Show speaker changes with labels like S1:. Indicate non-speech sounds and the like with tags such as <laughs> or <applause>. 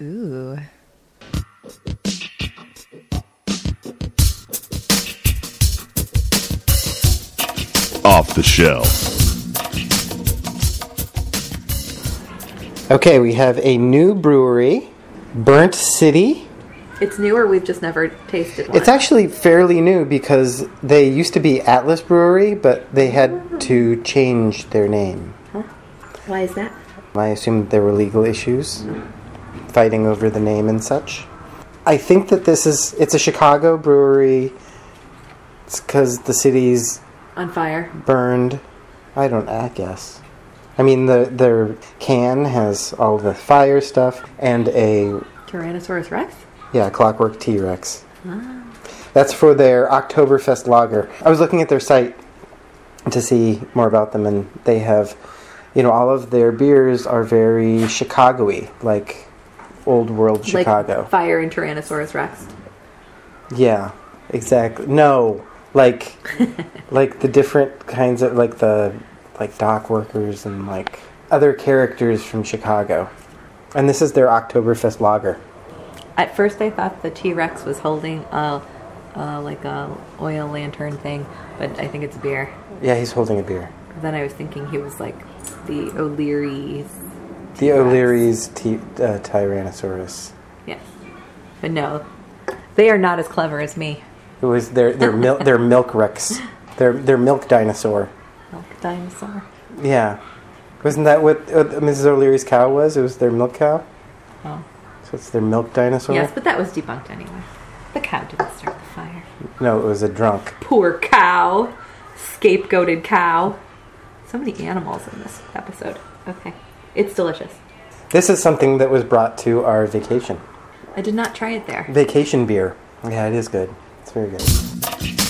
S1: Ooh.
S2: Off the shelf.
S3: Okay, we have a new brewery, Burnt City.
S4: It's newer. We've just never tasted one.
S3: It's actually fairly new because they used to be Atlas Brewery, but they had to change their name.
S4: Why is that?
S3: I assume there were legal issues, fighting over the name and such. I think that this is it's a Chicago brewery. It's because the city's
S4: On fire.
S3: burned. I don't. I guess. I mean, the their can has all the fire stuff and a
S4: Tyrannosaurus Rex?
S3: yeah Clockwork T Rex. That's for their Oktoberfest lager. I was looking at their site to see more about them, and they have, you know, all of their beers are very Chicago-y, like old world Chicago.
S4: Like fire and Tyrannosaurus Rex.
S3: Yeah, exactly. No, like, like the different kinds of like the like dock workers and like other characters from Chicago, and this is their Oktoberfest lager.
S4: At first, I thought the T Rex was holding a, uh, like a oil lantern thing, but I think it's beer.
S3: Yeah, he's holding a beer.
S4: Then I was thinking he was like the O'Leary's.
S3: The O'Leary's t- uh, Tyrannosaurus.
S4: Yes, but no, they are not as clever as me.
S3: It was their their
S4: <laughs>
S3: milk their milk Rex, their their milk dinosaur.
S4: Milk dinosaur.
S3: Yeah, wasn't that what uh, Mrs. O'Leary's cow was? It was their milk cow.
S4: Oh,
S3: So it's their milk dinosaur.
S4: yes, but that was debunked anyway. The cow didn't start the fire.
S3: No, it was a drunk.
S4: Poor cow, scapegoated cow. So many animals in this episode. Okay, it's delicious.
S3: This is something that was brought to our vacation.
S4: I did not try it there.
S3: Vacation beer. Yeah, it is good. It's very good.